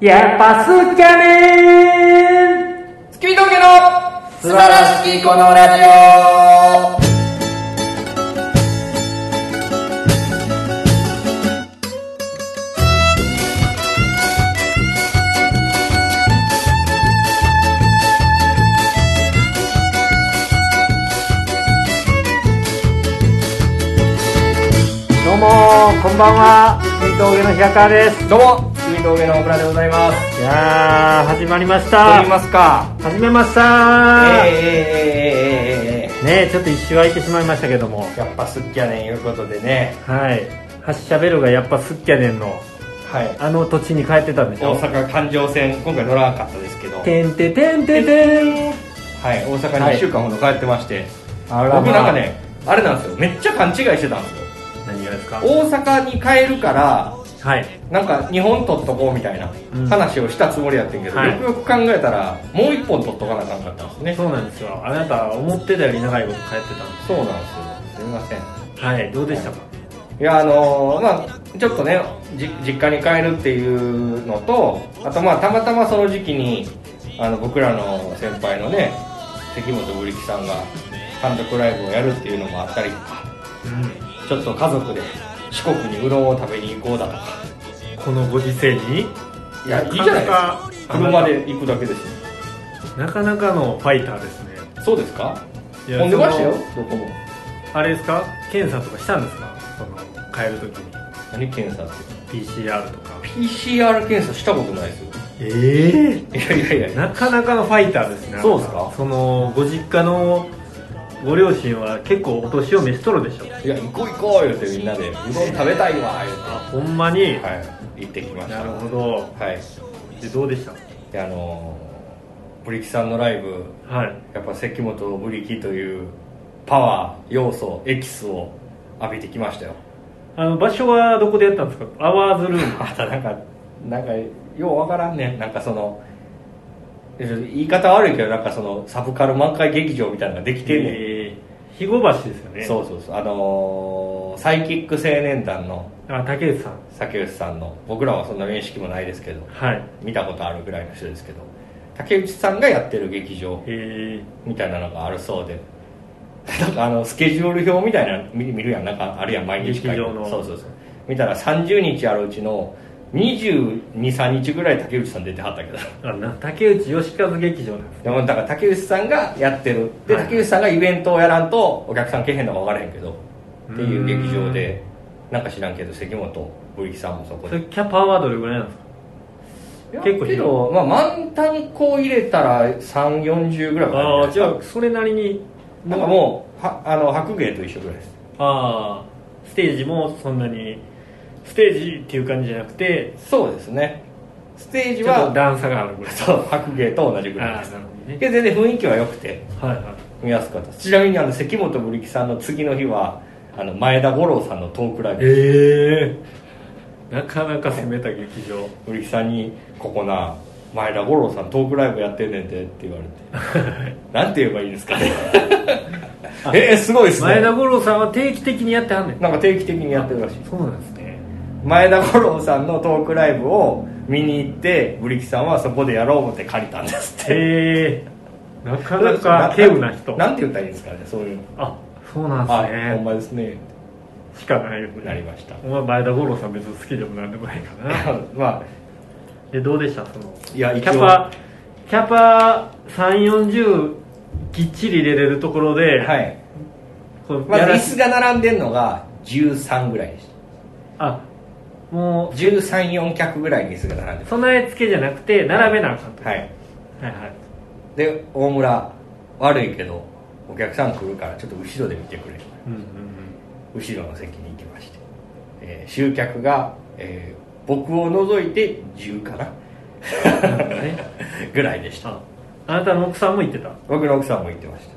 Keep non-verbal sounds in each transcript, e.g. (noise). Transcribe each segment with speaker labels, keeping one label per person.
Speaker 1: やっぱすきゃね
Speaker 2: 月見峠の素晴らしきこのラジオ
Speaker 1: ーどうもこんばんは月見峠の平川です
Speaker 2: どうも月見峠の小倉でございます
Speaker 1: いやー始まりまし
Speaker 2: と
Speaker 1: た
Speaker 2: 言いますか
Speaker 1: 始めまし
Speaker 2: えー、
Speaker 1: た、
Speaker 2: えー、えー、えー、えー、え
Speaker 1: ねちょっと一周空いてしまいましたけども
Speaker 2: ーやっぱすっきゃねんいうことでね
Speaker 1: はい発車ベルがやっぱすっきゃねんの
Speaker 2: はい
Speaker 1: あの土地に帰ってたんでし
Speaker 2: 大
Speaker 1: ょ
Speaker 2: 阪環状線今回乗らなかったですけどはい
Speaker 1: てんててんててん
Speaker 2: 大阪に1週間ほど帰ってまして、
Speaker 1: あ
Speaker 2: 僕なんかねあれなんですよめっちゃ勘違いしてたんですよ
Speaker 1: 何がですか
Speaker 2: 大阪に帰るから
Speaker 1: はい
Speaker 2: なんか2本取っとこうみたいな
Speaker 1: うん
Speaker 2: 話をしたつもりやってんけど、
Speaker 1: はい
Speaker 2: よくよく考えたらもう1本取っとかなあかんかったんですね
Speaker 1: そうなんですよあなた思ってたより長いこと帰ってたんで
Speaker 2: そうなんですよすみません
Speaker 1: すはいどうでしたか
Speaker 2: いやあのーまあちょっとねじ実家に帰るっていうのとあとまあたまたまその時期にあの僕らの先輩のね関本ブリキさんが単独ライブをやるっていうのもあったりとか
Speaker 1: うん
Speaker 2: ちょっと家族で四国にうどんを食べに行こうだとか
Speaker 1: このご時世に
Speaker 2: いやいいじゃないで
Speaker 1: なかな
Speaker 2: すか
Speaker 1: か
Speaker 2: 車で行くだけですよ
Speaker 1: なかなかのファイターですね
Speaker 2: そうですか
Speaker 1: いや
Speaker 2: 飲んでましたよ
Speaker 1: その
Speaker 2: どこも
Speaker 1: あれですか検査とかしたんですかその帰るときに
Speaker 2: 何検査って
Speaker 1: PCR とか
Speaker 2: PCR 検査したことないですよ
Speaker 1: え
Speaker 2: いやいやいや
Speaker 1: えなかなかのファイターですね
Speaker 2: そうですか
Speaker 1: そのご実家のご両親は結構お年を召しとるでしょ
Speaker 2: いや行こう行こう言うてみんなでうどん食べたいわ言うて
Speaker 1: ほんまに、
Speaker 2: はい行ってきました
Speaker 1: なるほど
Speaker 2: はい
Speaker 1: でどうでした
Speaker 2: であのーブリキさんのライブ
Speaker 1: はい
Speaker 2: やっぱ関本ブリキというパワー要素エキスを浴びてきましたよ
Speaker 1: あの場所はどこでやったんですかアワーズルーム
Speaker 2: またなんかなんかようわからんねなんかその言い方悪いけどなんかそのサブカル満開劇場みたいなのができてんねん、
Speaker 1: えー肥後橋ですよね
Speaker 2: そうそうそうあのーサイキック青年団の
Speaker 1: あ竹内さん
Speaker 2: 竹内さんの僕らはそんな面識もないですけど
Speaker 1: はい
Speaker 2: 見たことあるぐらいの人ですけど竹内さんがやってる劇場
Speaker 1: え
Speaker 2: みたいなのがあるそうで (laughs) なんかあのスケジュール表みたいなの見見るやんなんかあるやん毎日書いて
Speaker 1: 劇場の
Speaker 2: そうそうそう見たら30日あるうちの223日ぐらい竹内さん出てはったけど (laughs)
Speaker 1: ー、あな竹内義和劇場なんです
Speaker 2: でもだから竹内さんがやってるで
Speaker 1: はい
Speaker 2: 竹内さんがイベントをやらんとお客さん来へんのか分からへんけどっていう劇場でなんか知らんけど関本ブリキさんもそこ
Speaker 1: そ
Speaker 2: で
Speaker 1: れキャパはどれぐらいなんですか結構
Speaker 2: けど、まあ、満タンこう入れたら3 4 0ぐらいは
Speaker 1: あ
Speaker 2: る
Speaker 1: あ
Speaker 2: ん
Speaker 1: じ
Speaker 2: じ
Speaker 1: ゃ
Speaker 2: ゃないで
Speaker 1: あそれなりに
Speaker 2: すかなんかもうはあの白芸と一緒ぐらいです
Speaker 1: ああステージもそんなにステージっていう感じじゃなくて
Speaker 2: そうですねステージ
Speaker 1: ちょっと
Speaker 2: は
Speaker 1: 段差があるぐらい
Speaker 2: (laughs) そう白芸と同じぐらい
Speaker 1: ああ
Speaker 2: です
Speaker 1: なるほどね
Speaker 2: で全然雰囲気は良くて
Speaker 1: はいはい
Speaker 2: 見やすかったですちなみにあの関本ブリキさんの次の日はあの前田五郎さんのトークライブです
Speaker 1: ええなかなか攻めた劇場
Speaker 2: ブリキさんに「ここな前田五郎さんトークライブやってんねんて」って言われて
Speaker 1: (laughs)
Speaker 2: 「なんて言えばいいですかね」 (laughs) えーすごいですね
Speaker 1: 前田五郎さんは定期的にやってはんねん
Speaker 2: なんか定期的にやってるらしい
Speaker 1: そうなんですね
Speaker 2: 前田五郎さんのトークライブを見に行ってブリキさんはそこでやろう思って借りたんですって
Speaker 1: へえなかなか稀有な人
Speaker 2: なんて言ったらいいんですかねそういうの
Speaker 1: あそうなん
Speaker 2: あ、
Speaker 1: です
Speaker 2: ほん
Speaker 1: ね
Speaker 2: まですね
Speaker 1: しかないよ
Speaker 2: なり
Speaker 1: ね (laughs)
Speaker 2: ました
Speaker 1: お前前田五郎さん別に好きでもなんでもないかな
Speaker 2: まあ
Speaker 1: でどうでしたその
Speaker 2: いや
Speaker 1: キ
Speaker 2: 一応
Speaker 1: ャパキャパ340きっちり入れれるところで、
Speaker 2: はい
Speaker 1: この
Speaker 2: ま
Speaker 1: や
Speaker 2: ず
Speaker 1: ら
Speaker 2: 椅
Speaker 1: し
Speaker 2: 子が並んでるのが13ぐらいでし
Speaker 1: あも
Speaker 2: た134脚ぐらいに椅子が並ん
Speaker 1: う
Speaker 2: で
Speaker 1: 備え付けじゃなくて並べなあかんと、
Speaker 2: たはい
Speaker 1: はいはい
Speaker 2: で大村悪いけどお客さん来るからちょっと後ろで見てくれ
Speaker 1: うんうん
Speaker 2: 後ろの席に行きまして、えー集客が、えー僕を除いて10かな
Speaker 1: うんなるほど
Speaker 2: (laughs)
Speaker 1: ね
Speaker 2: ぐらいでした
Speaker 1: ああなたの奥さんも言ってた
Speaker 2: 僕の奥さんも行ってまし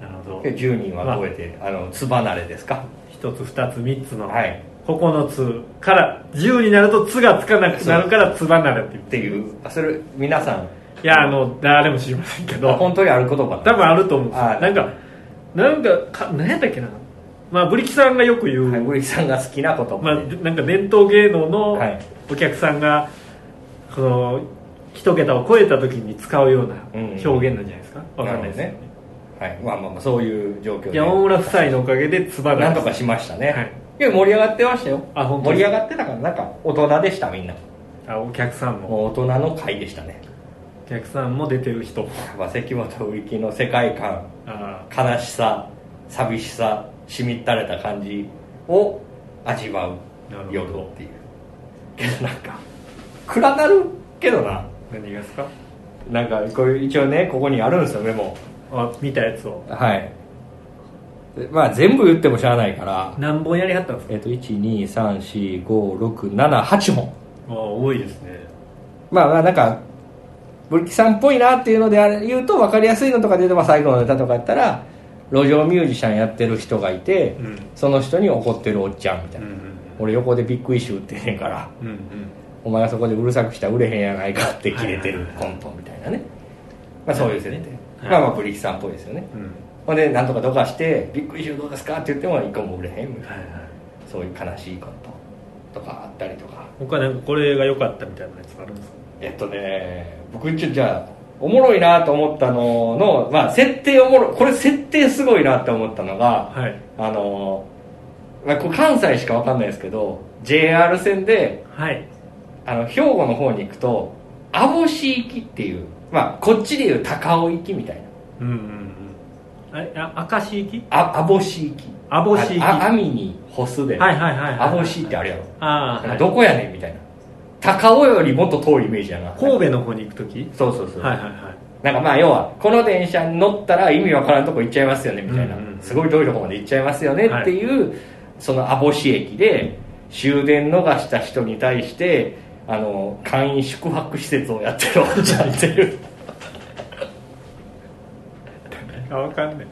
Speaker 2: た
Speaker 1: なるほど
Speaker 2: で10人は超えてあのつ離れですか
Speaker 1: 一つ二つ三つの、
Speaker 2: はい
Speaker 1: 9つから10になると「つ」がつかなくなるから「つばなる」って言っ
Speaker 2: ってていうあそれ皆さん
Speaker 1: いやあの誰も知りませんけ
Speaker 2: あ
Speaker 1: ど
Speaker 2: 本当にある言葉
Speaker 1: 多分あると思うんですよ
Speaker 2: あ
Speaker 1: なんかなんかか何やったっけなまあブリキさんがよく言う、
Speaker 2: はい、森木さんが好きな言葉
Speaker 1: まあ、
Speaker 2: で、
Speaker 1: なんか伝統芸能の
Speaker 2: はい
Speaker 1: お客さんが、その一桁を超えた時に使うような
Speaker 2: うん
Speaker 1: 表現なんじゃないですか、わかんないです
Speaker 2: なるほどねはいまあまあまあそういう状況で
Speaker 1: 山村夫妻のおかげでつばが
Speaker 2: なんとかしましたね、
Speaker 1: はい
Speaker 2: いや盛り上がってましたよ
Speaker 1: あ本当
Speaker 2: 盛り上がってたからなんか大人でしたみんな
Speaker 1: あお客さんも
Speaker 2: もう大人の会でしたね
Speaker 1: お客さんも出てる人も
Speaker 2: まあ関本売り木の世界観
Speaker 1: あ
Speaker 2: 悲しさ寂しさしみったれた感じを味わう
Speaker 1: なるほど
Speaker 2: 夜っていうけ
Speaker 1: (laughs)
Speaker 2: どなんか暗なるけどな
Speaker 1: ー何がですか
Speaker 2: なんかこれ一応ねここにあるんですよメモ
Speaker 1: あ見たやつを
Speaker 2: はいでまあ全部言ってもしゃあないから
Speaker 1: 何本やりはったんですか
Speaker 2: えっと1234567本
Speaker 1: あ多いですね
Speaker 2: まあまあなんかブルキさんっぽいなっていうのであれ言うと分かりやすいのとかで言うとまあ最後のネタとかやったら路上ミュージシャンやってる人がいて、
Speaker 1: うん
Speaker 2: その人に怒ってるおっちゃんみた
Speaker 1: う
Speaker 2: い
Speaker 1: ん
Speaker 2: な、俺横でビッグイシュー売ってんねんから
Speaker 1: うんうん
Speaker 2: お前がそこでうるさくしたら売れへんやないかって切れてるコントみたいなね、まあ、そういう設定、
Speaker 1: はい
Speaker 2: まあまあブリキさんっぽいですよね
Speaker 1: うんうん
Speaker 2: ほんでなんとかどかしてビッグイシューどうですかって言っても一個も売れへんみたいな
Speaker 1: はいはい
Speaker 2: そういう悲しいコントとかあったりとか
Speaker 1: 他なんかこれが良かったみたいなやつあるんですか
Speaker 2: えっとね僕一応じゃあおもろいなと思ったのの、まあ、設定おもろこれ設定すごいなって思ったのが、
Speaker 1: はい
Speaker 2: あのまあ、これ関西しかわかんないですけど JR 線で
Speaker 1: はい
Speaker 2: あの兵庫の方に行くと網干行きっていう、まあ、こっちでいう高尾行きみたいな
Speaker 1: うんうんうんあれあ明石行き
Speaker 2: あ網干行き
Speaker 1: 網干行き
Speaker 2: ああ網に干すで、
Speaker 1: はいはいはいはい
Speaker 2: 網干ってあれやろ、
Speaker 1: ああ、はい、
Speaker 2: どこやねんみたいな高尾よりもっと遠いイメージやな
Speaker 1: 神戸の方に行く時
Speaker 2: そうそうそう、
Speaker 1: はいはいはい
Speaker 2: なんかまあ要はこの電車に乗ったら意味わからんとこ行っちゃいますよねみたいな、
Speaker 1: うんうん
Speaker 2: すごい遠いとこまで行っちゃいますよねっていう、その網干駅で終電逃した人に対してあの簡易宿泊施設をやってるおっちゃんっていう
Speaker 1: あわかんない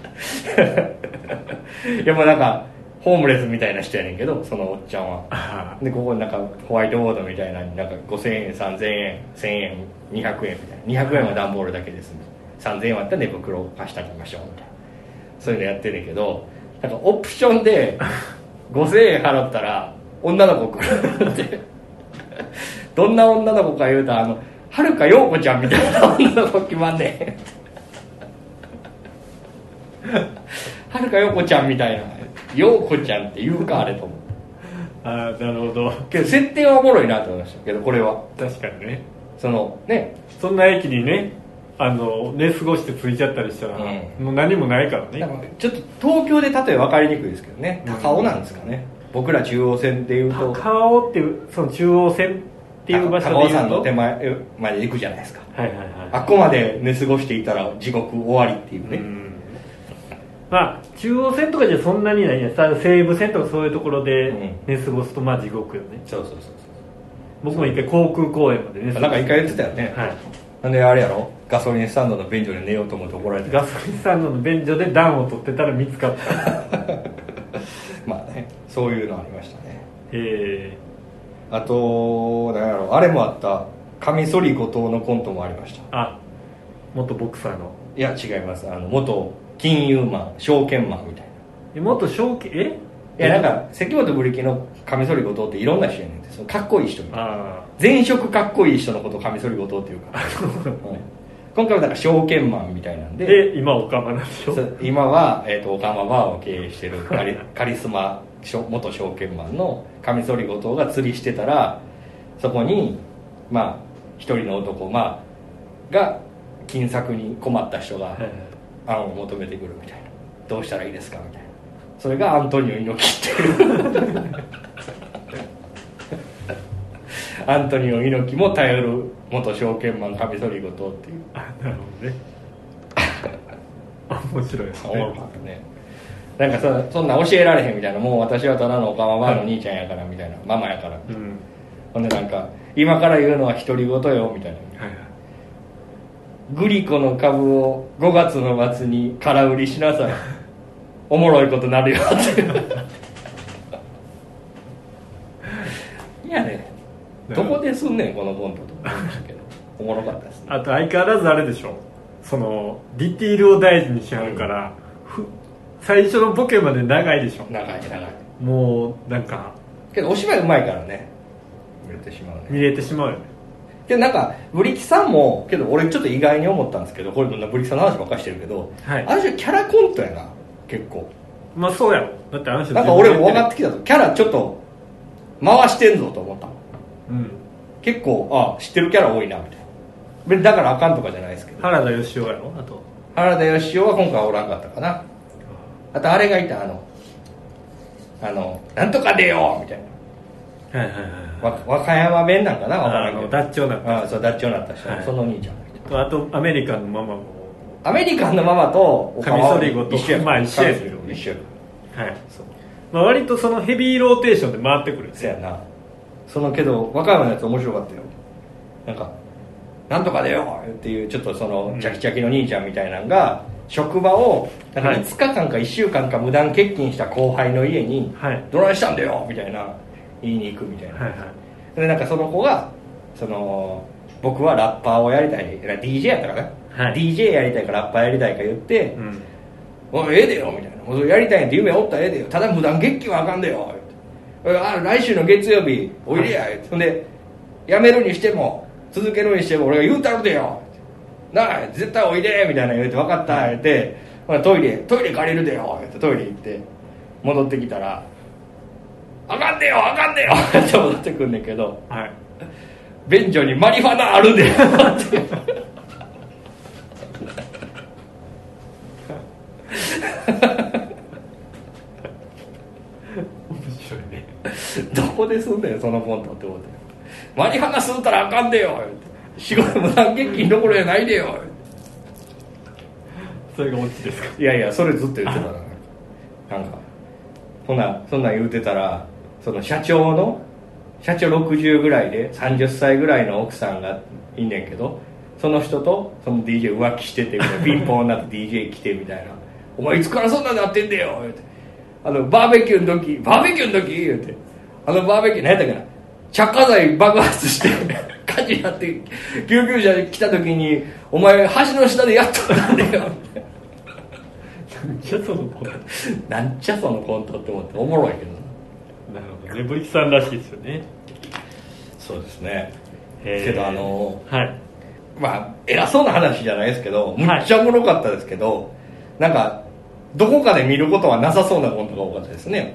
Speaker 2: いやもうなんかホームレスみたいな人やねんけどそのおっちゃんは
Speaker 1: あ
Speaker 2: でここになんかホワイトボードみたいなのになんか5000円3000円1000円200円みたいな200円は段ボールだけですみたいな3000円はあったら寝袋を貸してあげましょうみたいなそういうのやってるけどなんかオプションで5000円払ったら女の子来るってどんな女の子か言うたらあのはるか陽子ちゃんみたいな女の子決まんねんはるか陽子ちゃんみたいな陽子ちゃんって言うかあれと思って。
Speaker 1: あなるほど
Speaker 2: けど設定はおもろいなと思いましたけどこれは
Speaker 1: 確かにね
Speaker 2: そのね
Speaker 1: そんな駅にねあの寝過ごして着いちゃったりしたら、
Speaker 2: うん
Speaker 1: もう何もないから
Speaker 2: なん
Speaker 1: ね
Speaker 2: かちょっと東京で例え分かりにくいですけどね
Speaker 1: うん
Speaker 2: 高尾なんですかね、僕ら中央線でいうと
Speaker 1: 高尾っていうその中央線っていう場所で
Speaker 2: 高尾
Speaker 1: 言
Speaker 2: 山
Speaker 1: うと
Speaker 2: の手前まで行くじゃないですか
Speaker 1: はいはいはい
Speaker 2: あっこまで寝過ごしていたら地獄終わりっていう
Speaker 1: う
Speaker 2: ね、
Speaker 1: んまあ中央線とかじゃそんなにないねさ西武線とかそういうところで
Speaker 2: うん
Speaker 1: 寝過ごすとまあ地獄よね
Speaker 2: そうそうそう
Speaker 1: 僕も一回航空公園まで寝過ご
Speaker 2: そう
Speaker 1: す
Speaker 2: なんか一回言ってたよね、
Speaker 1: はい
Speaker 2: なんであれやろガソリンスタンドの便所で寝ようと思って怒られて
Speaker 1: ガソリンスタンドの便所で暖を取ってたら見つかった
Speaker 2: (laughs) まあねそういうのありましたね
Speaker 1: え
Speaker 2: あとなんやろあれもあったカミソリ後藤のコントもありました
Speaker 1: ー、あ元ボクサーの
Speaker 2: いや違いますあの元金融マン証券マンみたい
Speaker 1: え元証券え
Speaker 2: ないやなんか関本ブリキのカミソリ後藤っていろんな人やねんてそのかっこいい人みたいな
Speaker 1: あ
Speaker 2: 前職かっこいい人のことをカミソリ後藤っていう
Speaker 1: (laughs)
Speaker 2: から、はい今回はなんか証券マンみたいなん
Speaker 1: あ
Speaker 2: で
Speaker 1: で今オカマなんでしょ
Speaker 2: そう今は、えー、とオカマバーを経営してるカリカリスマしょ元証券マンのカミソリ後藤が釣りしてたらそこにまあ一人の男、まあ、が金策に困った人が
Speaker 1: はいはい
Speaker 2: 案を求めてくるみたいなどうしたらいいですかみたいなそれがアントニオ猪木っていう (laughs) アントニオ猪木も頼る元証券マンカミソリ後藤っていう
Speaker 1: あなるほどねあ
Speaker 2: (laughs)
Speaker 1: 面白いです
Speaker 2: 思うか
Speaker 1: ね
Speaker 2: らねなんかそそんな教えられへんみたいなもう私はただのおかまばあの兄ちゃんやからみたいなママやから
Speaker 1: うん
Speaker 2: ほんでなんか今から言うのは独り言よみたいな
Speaker 1: はいはい
Speaker 2: グリコの株を5月の末に空売りしなさいおもろいことなるよっていやねどこですんねんこのコントと思いましたけどおもろかったですね
Speaker 1: あと相変わらずあれでしょそのディティールを大事にしはるから、ふ最初のボケまで長いでしょ
Speaker 2: 長い長い
Speaker 1: もうなんか
Speaker 2: けどお芝居うまいからね売れてしまうね
Speaker 1: 見れてしまうよね
Speaker 2: でなんかブリキさんもけど俺ちょっと意外に思ったんですけどこれもブリキさんの話ばっかりしてるけど、
Speaker 1: はい
Speaker 2: ある種キャラコントやな結構
Speaker 1: まあそうやろだってあの人
Speaker 2: なんか俺も分かっ
Speaker 1: って
Speaker 2: きたぞキャラちょっと回してんぞと思った
Speaker 1: うん
Speaker 2: 結構あ知ってるキャラ多いなみたいな別にだからあかんとかじゃないですけど
Speaker 1: 原田芳雄やろあと
Speaker 2: 原田芳雄は今回おらんかったかなあとあれがいたあのあのなんとか出ようみたい
Speaker 1: はいはいはいはい
Speaker 2: なわ和歌山弁なんかなわか
Speaker 1: あ
Speaker 2: ら
Speaker 1: あ
Speaker 2: ん
Speaker 1: の
Speaker 2: け
Speaker 1: ダ
Speaker 2: ど
Speaker 1: ッチョな
Speaker 2: あそうダッチョになった人、
Speaker 1: はい
Speaker 2: その兄ちゃんがいた
Speaker 1: とあとアメリカンのママも
Speaker 2: アメリカンのママとおかわは
Speaker 1: カミソリゴと
Speaker 2: 一緒や
Speaker 1: まあ一緒やけど
Speaker 2: 一緒や
Speaker 1: はいそう、まあ、割とそのヘビーローテーションで回ってくるんです
Speaker 2: そ
Speaker 1: よ
Speaker 2: やなそのけど和歌山のやつ面白かったよなんか「なんとかだよ!」っていうちょっとその
Speaker 1: うん
Speaker 2: ジャキジャキの兄ちゃんみたいなのが職場をなんか
Speaker 1: はい
Speaker 2: 5日間か1週間か無断欠勤した後輩の家に
Speaker 1: はい
Speaker 2: どないしたんだよ!」みたいな言いに行くみたいな、
Speaker 1: はいはい
Speaker 2: でなんかその子がその僕はラッパーをやりたいいや DJ やったかな、
Speaker 1: はい
Speaker 2: DJ やりたいかラッパーやりたいか言って、
Speaker 1: うん
Speaker 2: おいええでよみたいなもうそれやりたいんやって夢おったらええでよただ無断月給はあかんでよ言うておいあ来週の月曜日おいでや言うてほんで辞めるにしても続けるにしても俺が言うたるでよ言うてなあ絶対おいでみたいな言うて分かった言うて、ほなトイレトイレ借りるでよ言うてトイレ行って戻ってきたらあかんでよあかんでよって戻ってくんねんけど
Speaker 1: はい
Speaker 2: 便所にマリファナあるでよって
Speaker 1: 面白いね
Speaker 2: (laughs) どこですんだよそのコントって思ってマリハナ吸うたらあかんでよ仕事も何月金どころじゃないでよ
Speaker 1: それがオチですか (laughs)
Speaker 2: いやいやそれずっと言ってたななんかほなそんなん言うてたらその社長の社長60ぐらいで30歳ぐらいの奥さんがいんねんけどその人とその DJ 浮気しててみたいな (laughs) 貧乏になって DJ 来てみたいな「お前いつからそんなんなってんだよ」言うてあのバーベキューの時バーベキューの時言うてあのバーベキュー何やったっけな着火剤爆発して火事になって救急車来た時に「お前橋の下でやっとったんだよ」
Speaker 1: じゃその子なる
Speaker 2: (laughs) なんちゃそのコントって思っておもろいけど
Speaker 1: ほどねブリキさんらしいですよね
Speaker 2: そうですね
Speaker 1: へー
Speaker 2: けどあの
Speaker 1: はい
Speaker 2: まあ偉そうな話じゃないですけど
Speaker 1: い
Speaker 2: むっちゃおもろかったですけど、なんかどこかで見ることはなさそうなコントが多かったですねやっ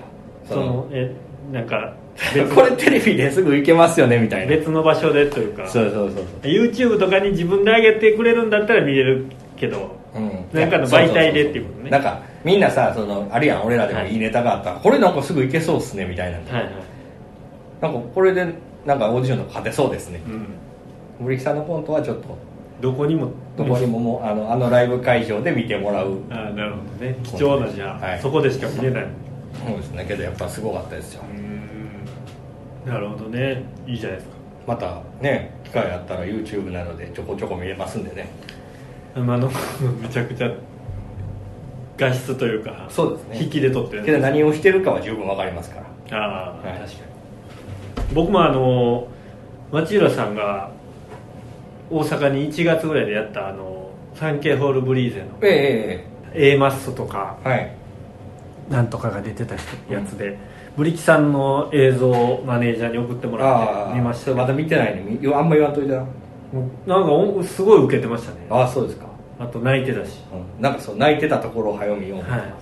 Speaker 2: ぱ
Speaker 1: そのえなんか
Speaker 2: (laughs) これテレビですぐ行けますよねみたいな
Speaker 1: 別の場所でというか
Speaker 2: そうそうそう
Speaker 1: YouTube とかに自分で上げてくれるんだったら見れるけど
Speaker 2: そう、うん
Speaker 1: なんかの媒体でっていうことね
Speaker 2: なんかみんなさそのあるやん俺らでも
Speaker 1: はい
Speaker 2: いいネタがあったら、これなんかすぐ行けそうっすねみたいな
Speaker 1: はいはい
Speaker 2: なんかこれでなんかオーディションとか勝てそうですね
Speaker 1: うん
Speaker 2: 森木さんのコントはちょっと
Speaker 1: どこにも
Speaker 2: どこにももうあのあのライブ会場で見てもらう
Speaker 1: ああなるほどね貴重なじゃあ、
Speaker 2: はい
Speaker 1: そこでしか見れない
Speaker 2: そうですねけどやっぱすごかったですよ
Speaker 1: うんなるほどねいいじゃないですか
Speaker 2: またね機会あったら YouTube などでちょこちょこ見れますんでね
Speaker 1: あの (laughs) めちゃくちゃ画質というか
Speaker 2: そうですね
Speaker 1: 引きで撮ってる
Speaker 2: けど何をしてるかは十分わかりますから
Speaker 1: ああ、
Speaker 2: は
Speaker 1: 確
Speaker 2: い
Speaker 1: かに僕もあの町浦さんが大阪に1月ぐらいでやったあのサンケイホールブリーゼの
Speaker 2: えええ
Speaker 1: A マッソとか
Speaker 2: えはい
Speaker 1: なんとかが出てたやつで、ブリキさんの映像をマネージャーに送ってもらっ
Speaker 2: あ
Speaker 1: て
Speaker 2: あ
Speaker 1: 見ました
Speaker 2: まだ見てないのにあんま言わんといてな
Speaker 1: もうなんかおすごい受けてましたね
Speaker 2: ああそうですか、
Speaker 1: あと泣いてたし
Speaker 2: うん、なんかそう泣いてたところを早見よう、
Speaker 1: はい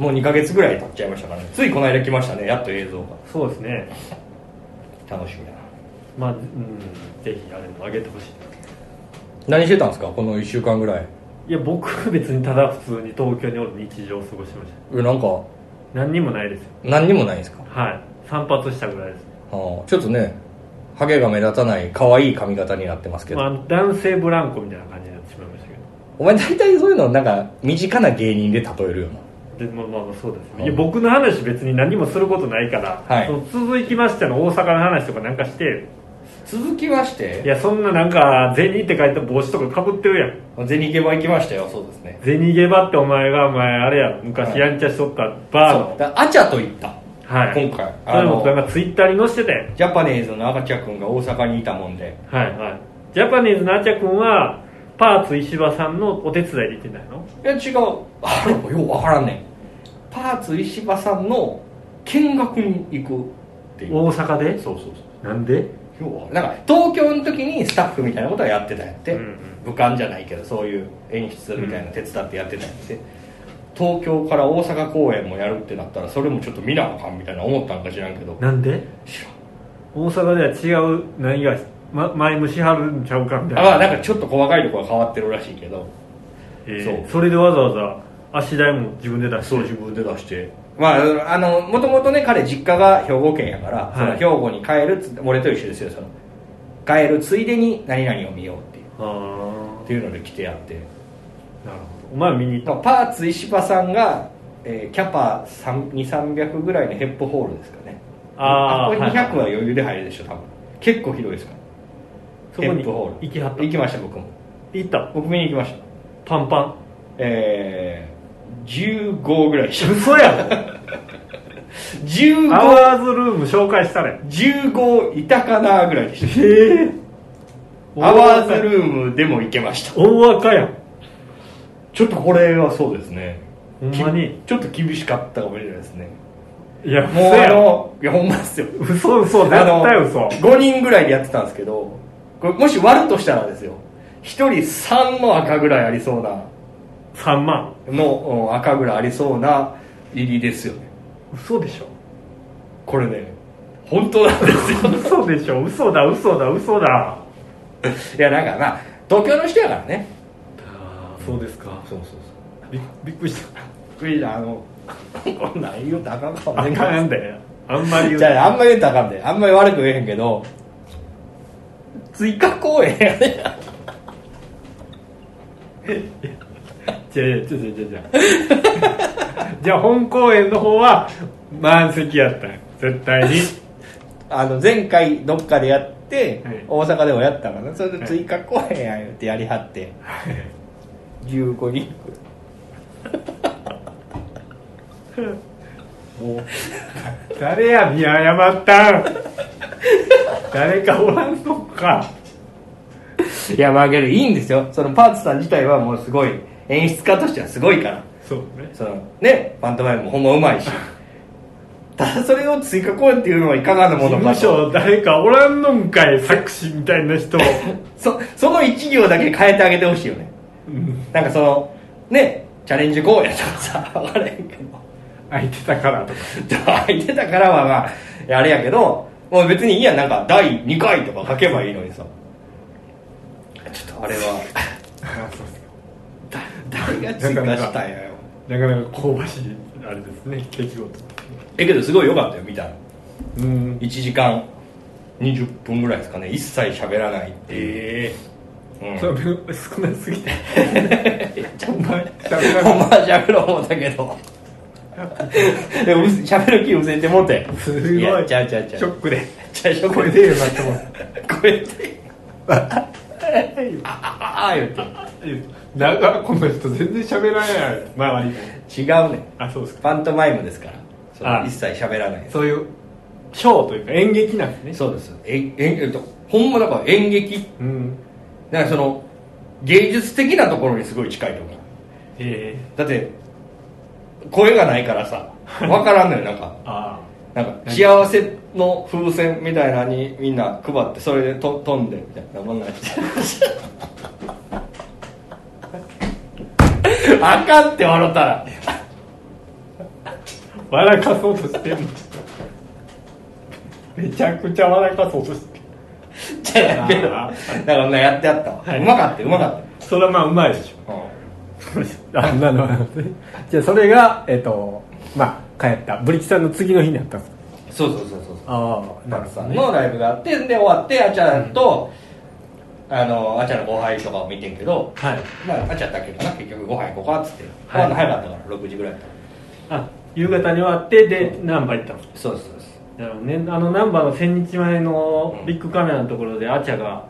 Speaker 2: もう2ヶ月ぐらい経っちゃいましたからねついこの間来ましたねやっと映像が
Speaker 1: そうですね
Speaker 2: 楽しみだな
Speaker 1: まあうんぜひあれも上げてほしい
Speaker 2: 何してたんですかこの1週間ぐらい
Speaker 1: いや僕は別にただ普通に東京におる日常を過ごしてました
Speaker 2: えなんか
Speaker 1: 何にもないですよ
Speaker 2: 何にもないんですか
Speaker 1: はい散髪したぐらいですね、
Speaker 2: あーちょっとねハゲが目立たない可愛い髪型になってますけど、
Speaker 1: まあ、男性ブランコみたいな感じになってしまいましたけ
Speaker 2: お前大体そういうのなんか身近な芸人で例えるよ
Speaker 1: どでもまあまあそうですね
Speaker 2: うん
Speaker 1: いや僕の話別に何もすることないから、
Speaker 2: はい
Speaker 1: その続きましての大阪の話とかなんかして
Speaker 2: な続きまし
Speaker 1: い
Speaker 2: て
Speaker 1: やそんななんか銭って書いた帽子とかかぶってるやん
Speaker 2: 銭ゲバ行きましたよそうですね
Speaker 1: 銭ゲバってお前がお前あれやろ
Speaker 2: は
Speaker 1: 昔
Speaker 2: い
Speaker 1: やんちゃしとったバー
Speaker 2: そう
Speaker 1: の
Speaker 2: だからアチャと行った
Speaker 1: はいそ
Speaker 2: 今回
Speaker 1: れも
Speaker 2: あの
Speaker 1: なんかツイッターに載せてたやん
Speaker 2: ジャパネーズの赤ちゃん君が大阪にいたもんで
Speaker 1: はいはいジャパニーズのあちゃくんはパーツ石破さんのお手伝いで行ってないの
Speaker 2: いや違うあれもよう分からんねんパーツ石破さんの見学に行くっていう
Speaker 1: 大阪で
Speaker 2: そうそうそう
Speaker 1: なんで
Speaker 2: 要はなんか東京の時にスタッフみたいなことはやってたんやって、
Speaker 1: うんうん
Speaker 2: 武漢じゃないけどそういう演出みたいなの手伝ってやってたんやって、東京から大阪公演もやるってなったらそれもちょっと見なあかんみたいな思ったんか知らんけど
Speaker 1: なんで
Speaker 2: 知らん
Speaker 1: 大阪では違う何が、ま、前もしはるんちゃうかみたいな
Speaker 2: あなんかちょっと細かいところが変わってるらしいけど
Speaker 1: え
Speaker 2: そ
Speaker 1: ー
Speaker 2: う
Speaker 1: それでわざわざ足台も自分で出して
Speaker 2: そう自分で出してまああのもともとね彼実家が兵庫県やから、
Speaker 1: はい
Speaker 2: その兵庫に帰るっつって俺と一緒ですよその帰るついでに何々を見ようっていう
Speaker 1: ああ
Speaker 2: っていうので来てやって
Speaker 1: なるほどお前見に行っ
Speaker 2: まあパーツ石破さんが、えーキャパ2300ぐらいのヘップホールですかね
Speaker 1: あー
Speaker 2: これ
Speaker 1: はい
Speaker 2: 200は余裕で入るでしょ多分結構広いですから
Speaker 1: そこに
Speaker 2: ヘップホール
Speaker 1: 行きはった
Speaker 2: 行きました僕も
Speaker 1: 行った
Speaker 2: 僕見に行きました
Speaker 1: パンパン
Speaker 2: えー、15ぐらいでした
Speaker 1: 嘘や
Speaker 2: (laughs)
Speaker 1: ろア
Speaker 2: 15,
Speaker 1: ワーズルーム紹介したれ
Speaker 2: 15いたかなぐらいでし
Speaker 1: ええ
Speaker 2: たアワーズルームでも行けました
Speaker 1: 大赤やん
Speaker 2: ちょっとこれはそうですね
Speaker 1: ほんまに
Speaker 2: きちょっと厳しかったかもしれないですね
Speaker 1: いや
Speaker 2: もう
Speaker 1: 嘘
Speaker 2: あ
Speaker 1: やろ
Speaker 2: のいやほんまっすよ
Speaker 1: 嘘嘘絶
Speaker 2: あの
Speaker 1: 対嘘
Speaker 2: 5人ぐらいでやってたんですけどこれもし割るとしたらですよ1人3の赤ぐらいありそうな
Speaker 1: 3万
Speaker 2: のうん赤ぐらいありそうな入りですよね
Speaker 1: 嘘でしょ
Speaker 2: これね本当なん (laughs) ですよ
Speaker 1: 嘘でしょ嘘だ嘘だ嘘だ
Speaker 2: いやなんかまあ東京の人やからね
Speaker 1: そうですか
Speaker 2: そうそうそう
Speaker 1: びびっくりした
Speaker 2: クイズあのこんなん言うとあかんかも
Speaker 1: あ
Speaker 2: ね
Speaker 1: かんであんまり言う
Speaker 2: じゃああんまり言うとあかんであんまり悪く言えへんけど追加公演やね
Speaker 1: じゃあじゃあじゃあじゃあじゃあ (laughs) じゃあ本公演の方は満席やったんや絶対に (laughs)
Speaker 2: あの前回どっかでやって、
Speaker 1: はい
Speaker 2: 大阪でもやったからそれで追加公演や言ってやりはって15人
Speaker 1: もう誰や見誤ったん誰かおらんのか
Speaker 2: (laughs) いやまあけどいいんですよそのパーツさん自体はもうすごい演出家としてはすごいから
Speaker 1: そうね
Speaker 2: そのねパントマイムもほんまうまい (laughs) しただそれを追加公演っていうのはいかがなも
Speaker 1: 事
Speaker 2: の
Speaker 1: 務
Speaker 2: かと
Speaker 1: 所誰かおらんのんかい作詞みたいな人
Speaker 2: そその一行だけ変えてあげてほしいよね
Speaker 1: うん
Speaker 2: なんかそのねチャレンジ公演とかさ (laughs) 分からへんけど
Speaker 1: 空いてたからとか
Speaker 2: (laughs) 空いてたからはまああれやけどもう別にいいやんなんか第2回とか書けばいいのにさちょっとあれは
Speaker 1: あそうっすか
Speaker 2: だ誰が追加したんやよ
Speaker 1: なかなか香ばしいあれですね出来事
Speaker 2: えけどすごい良かったよみたいな
Speaker 1: うん
Speaker 2: 1時間20分ぐらいですかね一切喋らないっていう、
Speaker 1: え
Speaker 2: うん
Speaker 1: えそれ少なすぎて
Speaker 2: ちょっと
Speaker 1: ダメ
Speaker 2: ほ
Speaker 1: だ
Speaker 2: んまは喋ろう思ったけど (laughs) でもうす喋る気をせえてもうて
Speaker 1: すごい
Speaker 2: いやちゃうちゃうちゃう
Speaker 1: ショックで
Speaker 2: ちゃうちゃう
Speaker 1: これでよかったもん
Speaker 2: (laughs) これでああ言って
Speaker 1: なんかこの人全然喋らない周り
Speaker 2: 違うねん
Speaker 1: あそうですか
Speaker 2: パントマイムですからその
Speaker 1: あ
Speaker 2: 一切喋らない
Speaker 1: そういうショーというか演劇なんですね
Speaker 2: そうですえんえんえっとほんまだから演劇
Speaker 1: うん
Speaker 2: なんかその芸術的なところにすごい近いと思う
Speaker 1: ええ
Speaker 2: だって声がないからさわからんのよなんか
Speaker 1: あ (laughs)
Speaker 2: なんか幸せの風船みたいなのにみんな配ってそれでと飛んでみたい (laughs) なもんなんやあかんって笑ったら
Speaker 1: あ笑かそうとしてんのめちゃくちゃ笑かそうとしてる
Speaker 2: じゃあけどだ
Speaker 1: あ
Speaker 2: からなやってやったわ、
Speaker 1: はいう
Speaker 2: まかったようまかっ
Speaker 1: それはまあうまいでしょ
Speaker 2: たよ、うん
Speaker 1: (laughs) あなるほどねじゃあそれがえっ、とまあ帰ったブリキさんの次の日にあったんですか
Speaker 2: そうそうそうそうそう
Speaker 1: ああ
Speaker 2: パクさんのライブがあってで終わってあちゃんと、あのあちゃんの後輩とかを見てんけど、
Speaker 1: はい
Speaker 2: まあ、あちゃんだけかな結局ご飯行こうかっつって、
Speaker 1: はい
Speaker 2: ご飯の早かったから6時ぐらいだったか
Speaker 1: あ夕方に終わってで難波行ったんです
Speaker 2: らそうですそうです
Speaker 1: なるほどねあの難波の千日前のビッグカメラのところでアチャが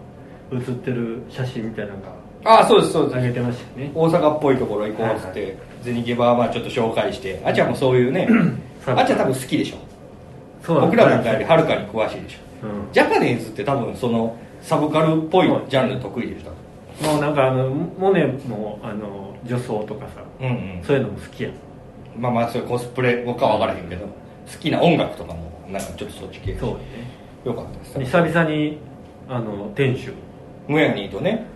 Speaker 1: 写ってる写真みたいなのが
Speaker 2: あそうですそうです
Speaker 1: 上げてましたよね
Speaker 2: 大阪っぽいところ行こうっつって、ゼニゲバーまあちょっと紹介してあちゃんも (clears throat) そういうね
Speaker 1: そう
Speaker 2: あちゃん多分好きでしょ
Speaker 1: そう
Speaker 2: 僕らなんかよりは
Speaker 1: る
Speaker 2: るかに詳しいでしょ
Speaker 1: うん
Speaker 2: ジャパネーズって多分そのサブカルっぽい
Speaker 1: はい
Speaker 2: ジャンル得意でした
Speaker 1: もうなんかあのモネのあの女装とかさ
Speaker 2: うんうん
Speaker 1: そういうのも好きやん
Speaker 2: まあまあそれコスプレ僕は分からへんけど好きな音楽とかもなんかちょっとそっち系
Speaker 1: そうね
Speaker 2: いよかったですね
Speaker 1: 久々にあの店主
Speaker 2: ムヤニーとね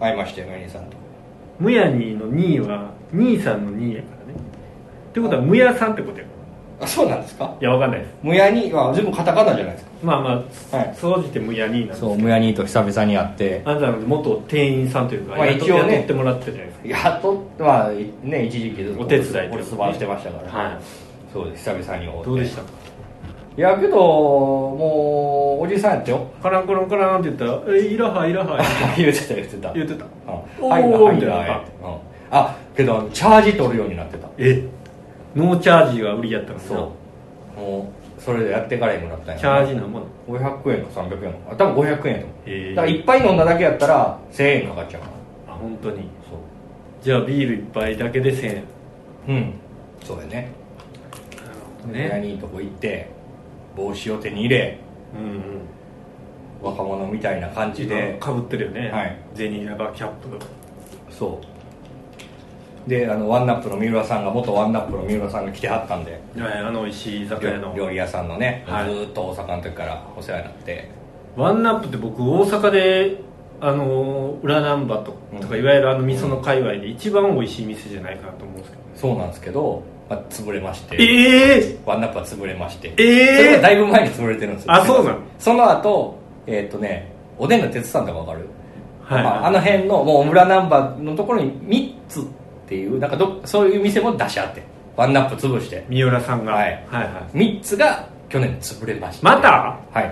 Speaker 2: 会いましたよムヤニーさんと
Speaker 1: むやにの2は兄さんの2やからねってことはむやさんってことや
Speaker 2: あそうなんですか
Speaker 1: いやわかんないです
Speaker 2: ムヤニーは全部カタカナじゃないですか
Speaker 1: まあまあ、
Speaker 2: はい
Speaker 1: 総じてむやになんです
Speaker 3: そうムヤ兄と久々に会って
Speaker 1: あなたの元店員さんというか、
Speaker 2: まあ
Speaker 1: 雇
Speaker 2: 一応ね
Speaker 1: 雇ってもらってたじゃないです
Speaker 2: やっとまあね一時期ずっと
Speaker 1: お手伝いと
Speaker 2: お
Speaker 1: い
Speaker 2: 留
Speaker 1: うか
Speaker 2: 守番してましたから、
Speaker 1: かは
Speaker 2: そうです久々に会
Speaker 1: い
Speaker 2: て
Speaker 1: どうでしたか
Speaker 2: いやけどもうおじさんやったよ
Speaker 1: カランコロンカランって言ったら「えいらはいらは」
Speaker 2: 言ってた言ってた
Speaker 1: (laughs) 言ってた
Speaker 2: う
Speaker 1: お
Speaker 2: ん
Speaker 1: ー
Speaker 2: はいはい
Speaker 1: みたいな
Speaker 2: はいうんあけどあのチャージ取るようになってた
Speaker 1: えノーチャージが売りやったの
Speaker 2: そうもうそれでやってからにもなったんや
Speaker 1: チャージなんもの
Speaker 2: 500円か300円かあ多分500円やと思う、
Speaker 1: へー
Speaker 2: だから一杯飲んだだけやったら1000円かかっちゃうから
Speaker 1: あ本当に
Speaker 2: そう
Speaker 1: じゃあビール一杯だけで1000円
Speaker 2: うんそうやね親にいいとこ行って帽子を手に入れ
Speaker 1: うんうん
Speaker 2: 若者みたいな感じで
Speaker 1: かぶってるよね
Speaker 2: はい
Speaker 1: 銭バキャップの
Speaker 2: そうであのワンナップの三浦さんが元ワンナップの三浦さんが来てはったんで
Speaker 1: はいあの美味しい居酒屋の
Speaker 2: 料料理屋さんのね、
Speaker 1: はい
Speaker 2: ずーっと大阪の時からお世話になって
Speaker 1: ワンナップって僕大阪であのー裏難波と
Speaker 2: うん
Speaker 1: とかいわゆるあの味噌の界隈で一番美味しい店じゃないかなと思うんですけど
Speaker 2: そうなんですけど、まあ、潰れまして
Speaker 1: ええ
Speaker 2: ワンナップは潰れまして
Speaker 1: ええ
Speaker 2: それがだいぶ前に潰れてるんですよ
Speaker 1: あそうなの
Speaker 2: その後えっ、とねおでんの鉄さんとかわかる
Speaker 1: はい
Speaker 2: まあ、あの辺のもう村ナンバーのところに3つっていうなんかどそういう店も出し合ってワンナップ潰して
Speaker 1: 三浦さんが
Speaker 2: はい
Speaker 1: はいはい
Speaker 2: 3つが去年潰れました
Speaker 1: また
Speaker 2: はい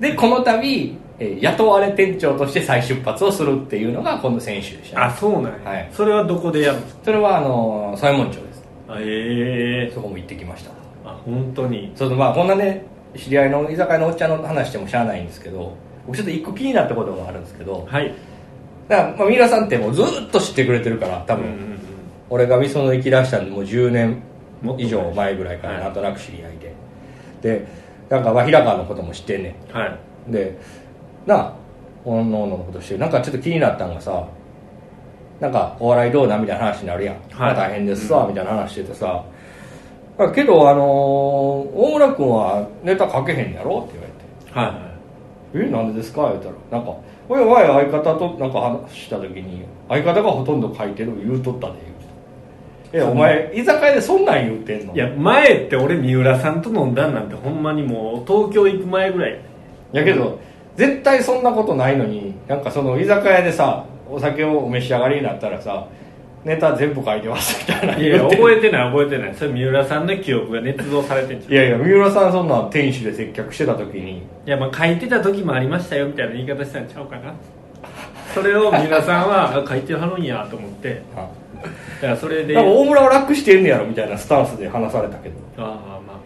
Speaker 2: でこの度、えー雇われ店長として再出発をするっていうのが今度先週でした、
Speaker 1: あそうなんや、
Speaker 2: はい
Speaker 1: それはどこでやるんですか
Speaker 2: それはあのー左衛門町です
Speaker 1: ええ
Speaker 2: そこも行ってきました
Speaker 1: あ本当に
Speaker 2: そうまあこんなね知り合いの居酒屋のおっちゃんの話してもしゃあないんですけど僕ちょっと一個気になったことがあるんですけど
Speaker 1: はい
Speaker 2: だから、まあ、三浦さんってもうずーっと知ってくれてるから多
Speaker 1: うんう
Speaker 2: 分、
Speaker 1: んうん
Speaker 2: 俺が味噌の行き出したのもう10年
Speaker 1: もっと
Speaker 2: 以上前ぐらいから
Speaker 1: はい
Speaker 2: なんとなく知り合いで、でなんかまあ平川のことも知ってんね
Speaker 1: はい
Speaker 2: んでなあおのおののことしてるなんかちょっと気になったんがさなんかお笑いどうなみたいな話になるやん、まあ大変ですわ、みたいな話しててさまあけどあのー大村君はネタ書けへんやろって言われて
Speaker 1: はいはい
Speaker 2: えなんでですか?」言ったら「なんかおいおい相方となんか話した時に相方がほとんど書いてる言うとったで」言うて「えお前居酒屋でそんなん言うてんの?」
Speaker 1: いや前って俺三浦さんと飲んだんなんてほんまにもう東京行く前ぐらい
Speaker 2: やけど絶対そんなことないのになんかその居酒屋でさお酒をお召し上がりになったらさネタ全部書いてますみたいない
Speaker 1: やいや
Speaker 2: 言うて
Speaker 1: 覚えてない覚えてないそれ三浦さんの記憶が捏造されてんじゃん
Speaker 2: いやいや三浦さんそんな店主で接客してた時に
Speaker 1: いやまあ書いてた時もありましたよみたいな言い方したんちゃうかなそれを三浦さんはあ書いてはるんやと思って
Speaker 2: あ
Speaker 1: だからそれで
Speaker 2: な
Speaker 1: あ
Speaker 2: ん
Speaker 1: あ
Speaker 2: か
Speaker 1: ま
Speaker 2: 大村は楽してんねやろみたいなスタンスで話されたけど
Speaker 1: あまあまあまあま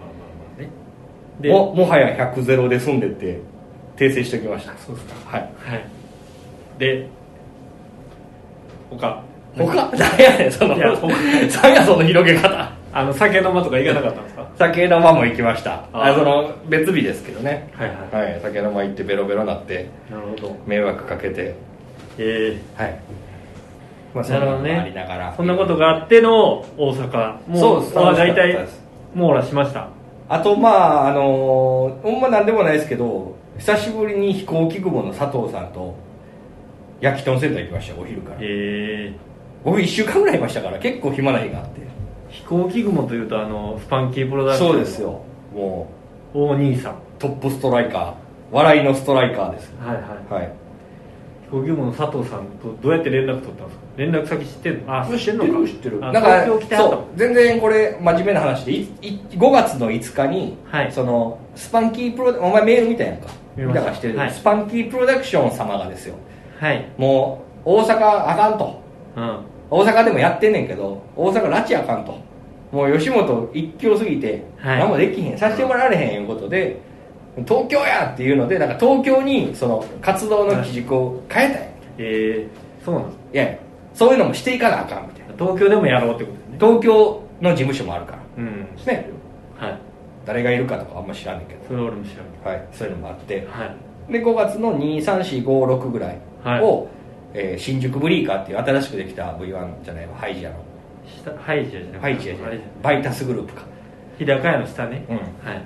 Speaker 1: あねで
Speaker 2: ももはや100ゼロで済んでって訂正しておきました
Speaker 1: そうっすか
Speaker 2: はい
Speaker 1: はいで他
Speaker 2: 他何やねんその
Speaker 1: いや他
Speaker 2: 何やその広げ方
Speaker 1: あの酒飲まとか行かなかったんですか
Speaker 2: 酒飲まも行きましたあ
Speaker 1: あー
Speaker 2: その別日ですけどね
Speaker 1: はいはい
Speaker 2: はい酒飲ま行ってベロベロなって
Speaker 1: なるほど
Speaker 2: 迷惑かけて
Speaker 1: え
Speaker 2: はいまあ
Speaker 1: えなるほど
Speaker 2: そんなの
Speaker 1: ね
Speaker 2: もありながら
Speaker 1: そんなことがあっての大阪
Speaker 2: そ
Speaker 1: も
Speaker 2: う
Speaker 1: う
Speaker 2: です
Speaker 1: まあ大
Speaker 2: 楽しかった
Speaker 1: 体
Speaker 2: です
Speaker 1: 網羅しました
Speaker 2: あとまああのーほんま何でもないですけど久しぶりに飛行機雲の佐藤さんと焼き豚センター行きましたお昼から
Speaker 1: ええ
Speaker 2: 僕1週間ぐらいいましたから結構暇な日があって
Speaker 1: 飛行機雲というとあのスパンキープロダクション
Speaker 2: そ
Speaker 1: の
Speaker 2: うですよも
Speaker 1: 大兄さん
Speaker 2: うトップストライカー笑いのストライカーです
Speaker 1: はいはい
Speaker 2: はい
Speaker 1: 飛行機雲の佐藤さんとどうやって連絡取ったんですか連絡先知ってんのあ知ってんのか
Speaker 2: 知ってる
Speaker 1: あ
Speaker 2: なんか
Speaker 1: 東京来てはっ
Speaker 2: そ
Speaker 1: た
Speaker 2: う
Speaker 1: もん
Speaker 2: 全然これ真面目な話でいい5月の5日に、
Speaker 1: はい
Speaker 2: そのスパンキープロお前メール見たやんか
Speaker 1: 見
Speaker 2: 見
Speaker 1: ました
Speaker 2: たかしてる、
Speaker 1: はい
Speaker 2: スパンキープロダクション様がですよ
Speaker 1: はい
Speaker 2: もう大阪あかんと
Speaker 1: うん
Speaker 2: 大阪でもやってんねんけど大阪拉致あかんともう吉本一強すぎて
Speaker 1: はい
Speaker 2: 何もできへん、させてもらわれへんいうことで東京やっていうのでなんか東京にその活動の基軸を変えたい、
Speaker 1: えー、そうなんです
Speaker 2: い、いやいやそういうのもしていかなあかんみたいな
Speaker 1: 東京でもやろうってことですね
Speaker 2: 東京の事務所もあるから
Speaker 1: うん
Speaker 2: ね
Speaker 1: はい
Speaker 2: 誰がいるかとかあんま知らんねんけ
Speaker 1: それは俺も知らんけ
Speaker 2: ど、はい、そういうのもあって
Speaker 1: どはい
Speaker 2: で5月の23456ぐらいを、
Speaker 1: はい
Speaker 2: えー新宿ブリーカーっていう新しくできた V1 じゃないわハイジアの
Speaker 1: 下ハイジアじゃなくて
Speaker 2: ハイジアじゃない
Speaker 1: あれ
Speaker 2: バイタスグループか
Speaker 1: 日高屋の下ね
Speaker 2: うん
Speaker 1: はい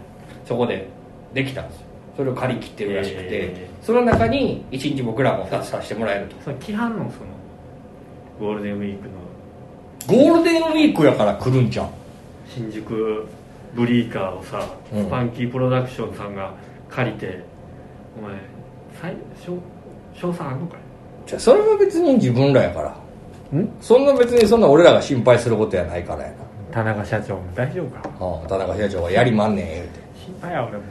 Speaker 2: そこでできたんですよそれを借り切ってるらしくて、
Speaker 1: え
Speaker 2: その中に1日僕らも2つさせてもらえると
Speaker 1: その来はんのそのゴールデンウィークの
Speaker 2: ゴールデンウィー
Speaker 3: クやから来るんじゃん
Speaker 1: 新宿ブリーカーをさ、
Speaker 3: うん
Speaker 1: スパンキープロダクションさんが借りてお前最賞賞賛あんのかい
Speaker 3: じゃあそれは別に自分らやから
Speaker 1: ん
Speaker 3: そんな別にそんな俺らが心配することやないからやな、
Speaker 1: 田中社長も大丈夫か
Speaker 3: うん、田中社長はやりまんねん言うて
Speaker 1: 心配や俺も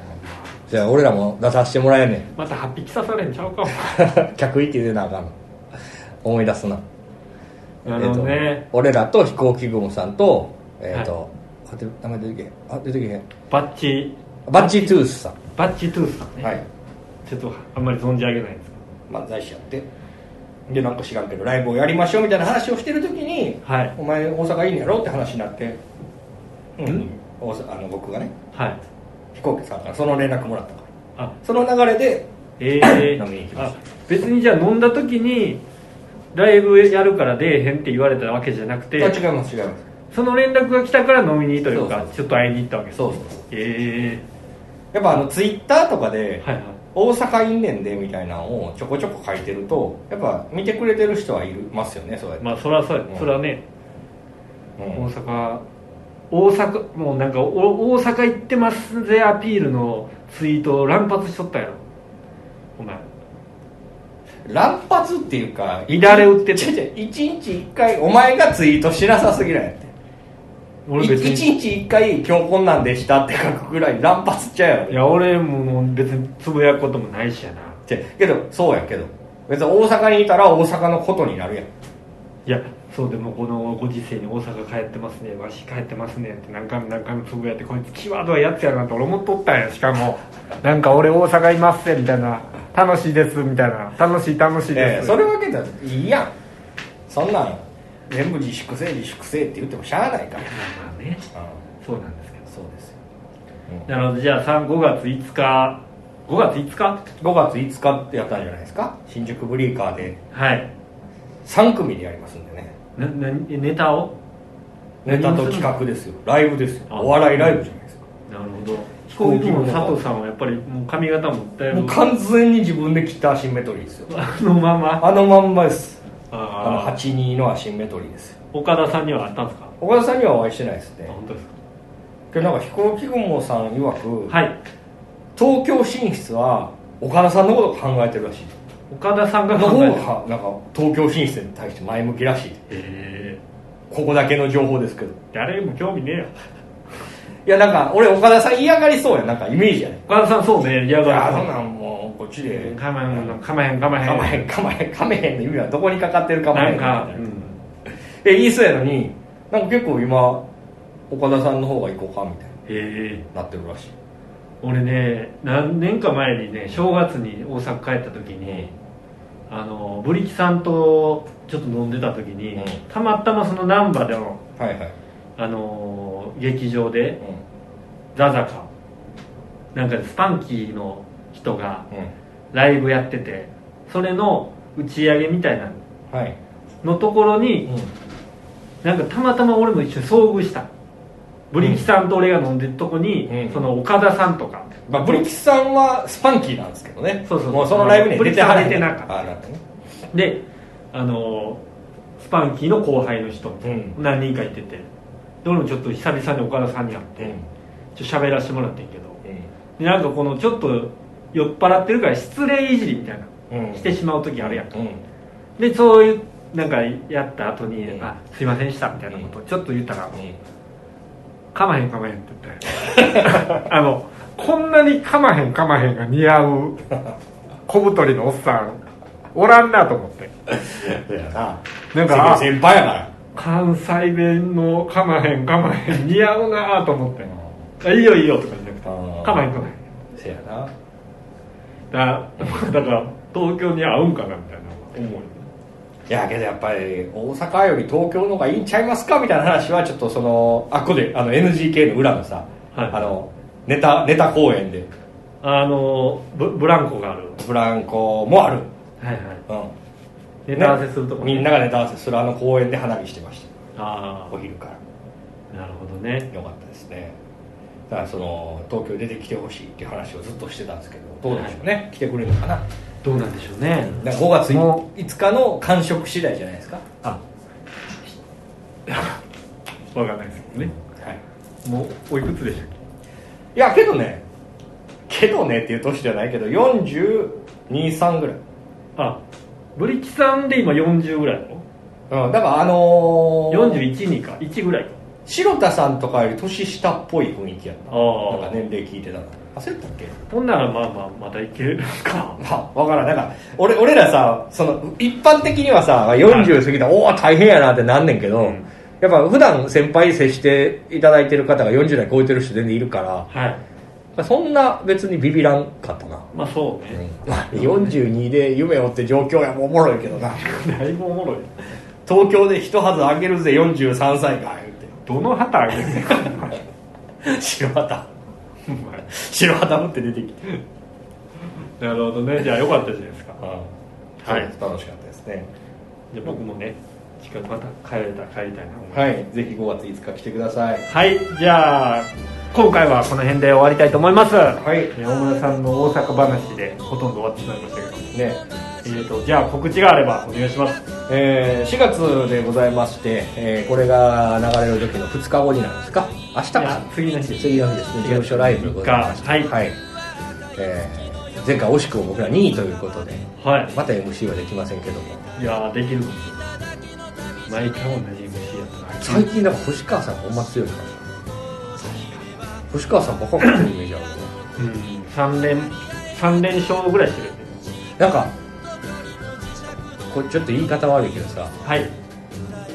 Speaker 3: じゃあ俺らも出させてもらえんねん
Speaker 2: (laughs)
Speaker 1: また8匹刺されんちゃうかお前
Speaker 3: 客行き出なあかんの思い出すな
Speaker 1: なるほど
Speaker 3: えっ
Speaker 1: ね、
Speaker 3: と俺らと飛行機雲さんとえっ、と、
Speaker 1: は
Speaker 3: あで名前出てけへんあ出てけへん
Speaker 1: バッチ
Speaker 3: バッチトゥースさん
Speaker 1: バッチトゥースさんね、
Speaker 2: はい
Speaker 1: ちょっとあんまり存じ上げないんですけ
Speaker 2: 漫才師やってでなんか知らんけどライブをやりましょうみたいな話をしてる時に
Speaker 1: どはい
Speaker 2: お前大阪いいんやろって話になって、うんん、大阪あの僕がね
Speaker 1: はい
Speaker 2: 飛行機さんからその連絡もらったから
Speaker 1: あ
Speaker 2: その流れで
Speaker 1: ええ
Speaker 2: 飲みに行きま
Speaker 1: あ
Speaker 2: し
Speaker 1: 別にじゃあ飲んだ時にライブやるから出えへんって言われたわけじゃなく
Speaker 2: あ
Speaker 1: て
Speaker 2: 違います違います
Speaker 1: その連絡が来たから飲みにというか
Speaker 2: そうそう
Speaker 1: ちょっと会いに行ったわけです
Speaker 2: そうそうそう
Speaker 1: え
Speaker 2: やっぱあのツイッターとか
Speaker 1: え
Speaker 2: で
Speaker 1: はいはい
Speaker 2: 大阪いんねんでみたいなのをちょこちょこ書いてるとやっぱ見てくれてる人はいるますよねそうやって、
Speaker 1: まあそらそうや
Speaker 2: うん
Speaker 1: そらね、
Speaker 2: うん
Speaker 1: 大阪大阪もうなんかお大阪行ってますぜアピールのツイートを乱発しとったやろお前
Speaker 2: 乱発っていうか
Speaker 1: 乱れ打ってて
Speaker 2: 違う違う一日一回お前がツイートしなさすぎないやって
Speaker 1: 俺別
Speaker 2: い
Speaker 1: に
Speaker 2: 一日一回今日こんなんでしたって書くぐらい乱発っちゃうやろ
Speaker 1: いや俺もう別につぶやくこともないしやな
Speaker 2: 違うけどそうやけど別に大阪にいたら大阪のことになるやん
Speaker 1: いやそうでもこのご時世に大阪帰ってますねわし帰ってますねって何回も何回もつぶやいてこいつキーワードはやつやなって俺思っとったんやしかもなんか俺大阪いますぜみたいな楽しいですみたいな楽しい楽しい
Speaker 2: え
Speaker 1: で
Speaker 2: え
Speaker 1: す、
Speaker 2: それはけどいいやんそんなん全部自粛せえ自粛せえって言ってもしゃあないから、
Speaker 1: まあね
Speaker 2: う
Speaker 1: そうなんですけど
Speaker 2: ん、そうですよ
Speaker 1: なるほどじゃあ3 5月5日5月5日
Speaker 2: 5月5日ってやったんじゃないですか新宿ブリーカーで
Speaker 1: はい
Speaker 2: 3組でやりますんでね
Speaker 1: ななネタを
Speaker 2: ネタと企画ですよライブですよお笑いライブじゃないですか
Speaker 1: なるほど飛
Speaker 2: 行
Speaker 1: 行機
Speaker 2: 機雲
Speaker 1: の佐藤さんはやっぱりもう髪型もだい
Speaker 2: も
Speaker 1: ぶ
Speaker 2: う完全に自分で切ったアシンメトリーですよ
Speaker 1: あのまま
Speaker 2: あのまんまですあの
Speaker 1: あ
Speaker 2: 82のアシンメトリーですよ
Speaker 1: 岡田さんにはあったんですか
Speaker 2: 岡田さんにはお会いしてないですね
Speaker 1: 本当ですか
Speaker 2: けどなんか飛行機雲さん曰く、
Speaker 1: はい
Speaker 2: 東京進出は岡田さんのことを考えてるらしい
Speaker 1: 岡田さんが
Speaker 2: の
Speaker 1: 考
Speaker 2: 方
Speaker 1: えた
Speaker 2: がなんか東京進出に対して前向きらしい
Speaker 1: え
Speaker 2: ここだけの情報ですけど
Speaker 1: ー、誰も興味ねえよ
Speaker 2: いやなんか俺岡田さん嫌がりそうやなんかイメージやね
Speaker 1: 岡田さんそうね嫌
Speaker 2: いやそ
Speaker 1: だ
Speaker 2: んなんもうこっちで
Speaker 1: かまへんかまへんかまへん
Speaker 2: かまへんかまへんかまへんの意味はどこにかかってるかま
Speaker 1: な
Speaker 2: へん
Speaker 1: んか、
Speaker 2: みたいなえ言いそうやのになんか結構今岡田さんの方が行こうかみたい
Speaker 1: え
Speaker 2: になってるらしい
Speaker 1: 俺ね何年か前にね正月に大阪帰った時にあのブリキさんとちょっと飲んでた時に、
Speaker 2: うん
Speaker 1: たまたまその難波での、
Speaker 2: はいはい、
Speaker 1: あのー劇場で
Speaker 2: う
Speaker 1: ザザかなんかスパンキーの人が
Speaker 2: んうん、
Speaker 1: ライブやっててそれの打ち上げみたいな
Speaker 2: はい、
Speaker 1: のところになんかたまたま俺も一緒に遭遇したブリキさんと俺が飲んでるとこに、
Speaker 2: うん
Speaker 1: その岡田さんとか、
Speaker 2: まあ、ブリキスさんはスパンキーなんですけどね
Speaker 1: そうそう
Speaker 2: もうそのライブに
Speaker 1: ブリ
Speaker 2: 出
Speaker 1: キ
Speaker 2: て
Speaker 1: スさん
Speaker 2: は
Speaker 1: は
Speaker 2: れ
Speaker 1: 出てなか
Speaker 2: か
Speaker 1: っ
Speaker 2: あなたね
Speaker 1: であのースパンキーの後輩の人、
Speaker 2: ん
Speaker 1: 何人かいててで俺もちょっと久々に岡田さんに会って、
Speaker 2: うん
Speaker 1: ちょっと喋らせてもらってんけどでなんかこのちょっと酔っ払ってるから失礼いじりみたいな、
Speaker 2: うん
Speaker 1: してしまう時あるやん
Speaker 2: うん
Speaker 1: でそういうなんかやった後に「
Speaker 2: うん
Speaker 1: あすいませんでした」みたいなことをちょっと言ったら「
Speaker 2: う
Speaker 1: かまへんかまへん」って言った (laughs) あのこんなにかまへんかまへんが似合う小太りのおっさんおらんなと思って
Speaker 2: んいやな
Speaker 1: なんかあ
Speaker 2: 先輩やから
Speaker 1: 関西弁のかまへんかまへん似合うなと思って「あいいよいいよ」とかじゃなくて
Speaker 2: う
Speaker 1: 「
Speaker 2: ん
Speaker 1: かまへんかまへん
Speaker 2: せやな」
Speaker 1: だだから東京に合うんかなみたいな思うよね
Speaker 2: いやけどやっぱり大阪より東京の方がいいんちゃいますかみたいな話はちょっとそのあっこであの NGK の裏のさ、
Speaker 1: はい
Speaker 2: あのネタネタ公演で
Speaker 1: あのブブランコがある
Speaker 2: ブランコもある、
Speaker 1: はいはい
Speaker 2: うん、
Speaker 1: ネタ合わせするとこ、
Speaker 2: ねみんながネタ合わせするあの公演で花火してまし
Speaker 1: あ
Speaker 2: たお昼から
Speaker 1: あなるほどね
Speaker 2: よかったですねだからその東京出てきてほしいっていう話をずっとしてたんですけどどうでしょうね、来てくれるのかな
Speaker 1: どうなんでしょうね
Speaker 3: だから5月
Speaker 1: も
Speaker 3: 5日の感触次第じゃないですか
Speaker 1: あわかんないですけどね
Speaker 2: はい
Speaker 1: もうおいくつでしたっ
Speaker 2: いやけどねけどねっていう年じゃないけど423ぐらい、
Speaker 1: けあブリキさんで今40ぐらいなの
Speaker 2: うん、だからあのー、
Speaker 1: 42か1ぐらいか
Speaker 2: 白田さんとかより年下っぽい雰囲気やった
Speaker 1: あ
Speaker 2: な
Speaker 1: あ
Speaker 2: んか年齢聞いてたら焦ったっけ (laughs)
Speaker 1: ほんならまあまあまたいけるか
Speaker 2: まあ、わからん。なんか、俺、俺らさ、その、一般的にはさ、40過ぎたら、おお、大変やなってなんねんけど、
Speaker 1: うん
Speaker 2: やっぱ普段先輩に接していただいてる方が40代超えてる人全然いるから、
Speaker 1: はい
Speaker 2: そんな別にビビらんかったな。
Speaker 1: まあそうね、
Speaker 2: まあ、42で夢を追って状況やもおもろいけどな。
Speaker 1: だいぶおもろい
Speaker 2: 東京で一はずあげるぜ、43歳が、
Speaker 1: ど
Speaker 2: 言
Speaker 1: の旗あげるねん (laughs)
Speaker 2: うて。白旗。 (laughs) 白旗持って出てきて。
Speaker 1: なるほどねじゃあよかったじゃないですか
Speaker 2: はい。楽しかったですね。
Speaker 1: じゃあ僕もね近くまた帰れたら帰りたいな
Speaker 2: はい。ぜひ5月5日来てください。
Speaker 1: はい、じゃあ今回はこの辺で終わりたいと思います、
Speaker 2: い
Speaker 1: えー大村さんの大阪話でほとんど終わってしまいましたけど、
Speaker 2: ね。
Speaker 1: えー、とじゃあ告知があればお願いします
Speaker 2: えー4月でございまして、えーこれが流れる時の2日後になるんですか明日
Speaker 1: い
Speaker 2: か
Speaker 1: や次の日です
Speaker 2: 次の日ですね事務所ライブでございまして
Speaker 1: はい
Speaker 2: えー前回惜しくも僕ら2位ということで
Speaker 1: は
Speaker 2: また MC はできませんけども
Speaker 1: いいやーできるの毎回同じ MC やったな
Speaker 2: 最近なんか星川さんがほんま強いから星川さんばっかりのイメージあるね
Speaker 1: うん3連3連勝ぐらいしてるんで
Speaker 2: なんかこれちょっと言い方悪いけどさ
Speaker 1: はい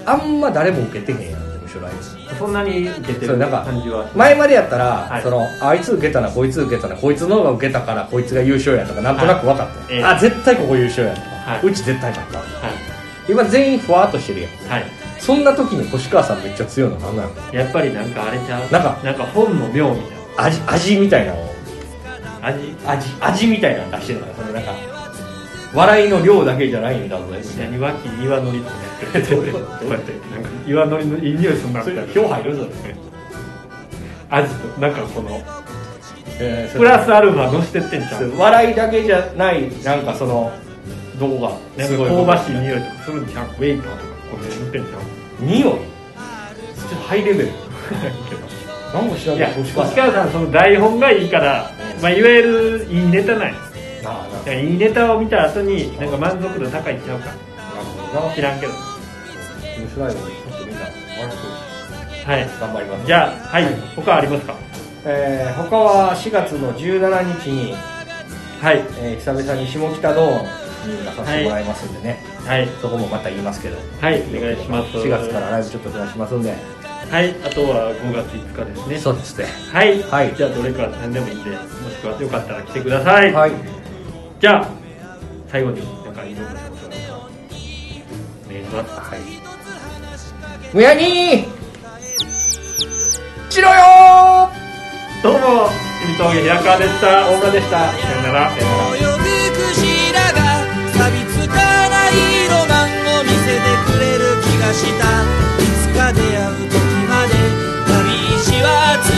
Speaker 2: あんま誰も受けてへんやん事務所ライブ
Speaker 1: そんなに受けて
Speaker 2: そう
Speaker 1: る
Speaker 2: なんか
Speaker 1: 感じは
Speaker 2: 前までやったら、
Speaker 1: はい
Speaker 2: そのあいつ受けたなこいつ受けたなこいつの方が受けたからこいつが優勝やとかなんとなく分かった、
Speaker 1: ええ
Speaker 2: あ絶対ここ優勝やとか、
Speaker 1: はいう
Speaker 2: ち絶対勝った
Speaker 1: は
Speaker 2: 今全員ふわっとしてるやん
Speaker 1: い、はい、
Speaker 2: そんな時に星川さんめっちゃ強いのなんなの
Speaker 1: やっぱりなんかあれちゃう
Speaker 2: なんか
Speaker 1: なんか本の妙みたい
Speaker 2: 味味みたいなのを
Speaker 1: な味
Speaker 2: 味味みたいなの出してるからそのなんか笑いの量だけじゃないんだぞみたいな
Speaker 1: 何脇に岩のりとかやって
Speaker 2: どう
Speaker 1: る
Speaker 2: いう
Speaker 1: こ
Speaker 2: こと
Speaker 1: うやってなんか岩のりのいい匂いすんな
Speaker 2: そ
Speaker 1: みた
Speaker 2: れ
Speaker 1: いな
Speaker 2: 票入るぞね、
Speaker 1: 味となんかこの
Speaker 2: えー
Speaker 1: プラスアルファ乗してってんじゃ
Speaker 2: それ
Speaker 1: ん
Speaker 2: 笑いだけじゃないなんかそのどこが
Speaker 1: なんか香ばしい匂いとかするんじゃんウェイパーとかこれ塗ってんじゃ
Speaker 2: 匂いちょっとハイレベル
Speaker 1: ん
Speaker 2: 何も知ら
Speaker 1: いや
Speaker 2: ない
Speaker 1: 星川さんその台本がいいから、まあ、いわゆるいいネタない
Speaker 2: なあなあ
Speaker 1: いいネタを見た後になんか満足度高いんちゃうか
Speaker 2: なるほどな
Speaker 1: 知らんけど
Speaker 2: 面白いのにちょっとみんな悪く
Speaker 1: はい
Speaker 2: 頑張ります
Speaker 1: じゃあはい他ありますか
Speaker 2: えー他は4月の17日に、
Speaker 1: はい
Speaker 2: えー久々に下北ドーンに出させてもらいますんでね、
Speaker 1: はい
Speaker 2: そこもまた言いますけど
Speaker 1: はいお願いします
Speaker 2: 4月からライブちょっと増やしますんで
Speaker 1: はいあとは5月5日ですね
Speaker 2: そうですね
Speaker 1: はい、
Speaker 2: はい
Speaker 1: じゃあどれか何でもいいんでもしくはよかったら来てください、
Speaker 2: はい
Speaker 1: じゃあ最後になんかいろんなことがあればお願いしますはい
Speaker 2: むやにしろよ
Speaker 1: どうも海峠平川でした
Speaker 2: 大村でした
Speaker 1: さよなら
Speaker 4: 泳ぐクジラが錆びつかないロマンを見せてくれる気がしたいつか出会う時まで旅石は続